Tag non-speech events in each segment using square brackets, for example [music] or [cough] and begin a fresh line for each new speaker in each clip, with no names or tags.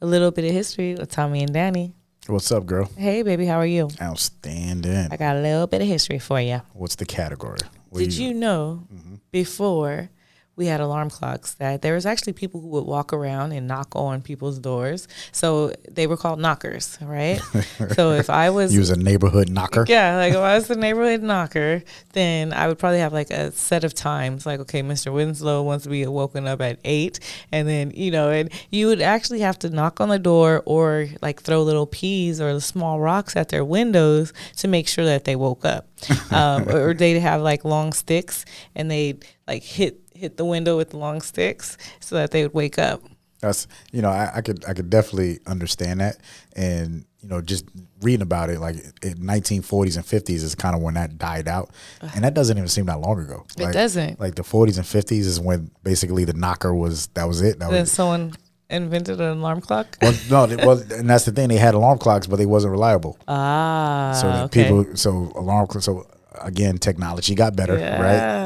a little bit of history with Tommy and Danny.
What's up, girl?
Hey, baby, how are you?
Outstanding.
I got a little bit of history for you.
What's the category? What do
Did you know before we had alarm clocks that there was actually people who would walk around and knock on people's doors? So they were called knockers, right? so if I was
You was a neighborhood knocker.
yeah, like if I was the neighborhood knocker, then I would probably have like a set of times, like, okay, Mr. Winslow wants to be woken up at eight. And then, you know, and you would actually have to knock on the door or like throw little peas or small rocks at their windows to make sure that they woke
[laughs]
up. Um, or, or they'd have like long sticks and they'd like hit, hit the window with long sticks so that they would wake up.
That's you know I, I could I could definitely understand that, and you know just reading about it like in 1940s and 50s is kind of when that died out, and that doesn't even seem that long ago.
It
Like-
doesn't.
Like the 40s and 50s is when basically the knocker was that was it. That
Then
was,
someone invented an alarm clock.
well, no, they- well, and that's the thing. They had alarm clocks, but they wasn't reliable.
Ah,
So that
okay.
people, so alarm, cl- so again, technology got better,
Yeah,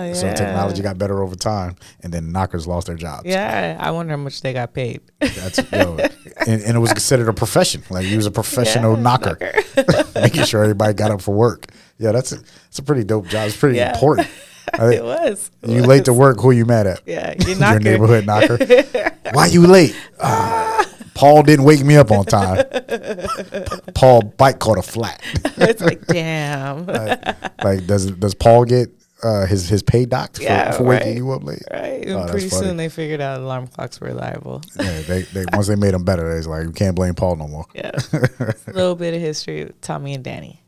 right? So
yeah.
technology got better over time, and then knockers lost their jobs.
Yeah, I wonder how much they got paid.
That's yo, and, and it was considered a profession. Like you was a professional
Yeah,
knocker, [laughs]
[laughs]
making sure everybody got up for work. Yeah, that's a, that's a pretty dope job. It's pretty
Yeah. [laughs]
important. I
it
think-
was.
you late to work? Who you
[laughs]
mad at?
Yeah, you
Your
knocker.
neighborhood knocker. Why you late? Ah, Paul didn't wake me up
[laughs]
on time. Paul bike caught a flat.
[laughs] it's
[laughs]
like
Oh,
damn. [laughs]
like does does Paul get uh, his his pay docked for,
Yeah,
for waking
right.
you up late?
right. And
Oh, that's
pretty
funny.
soon they figured out alarm clocks were reliable.
Yeah, they, they [laughs] once they made him better, it's like you can't blame Paul no more.
Yeah. a little bit of history, with Tommy and Danny.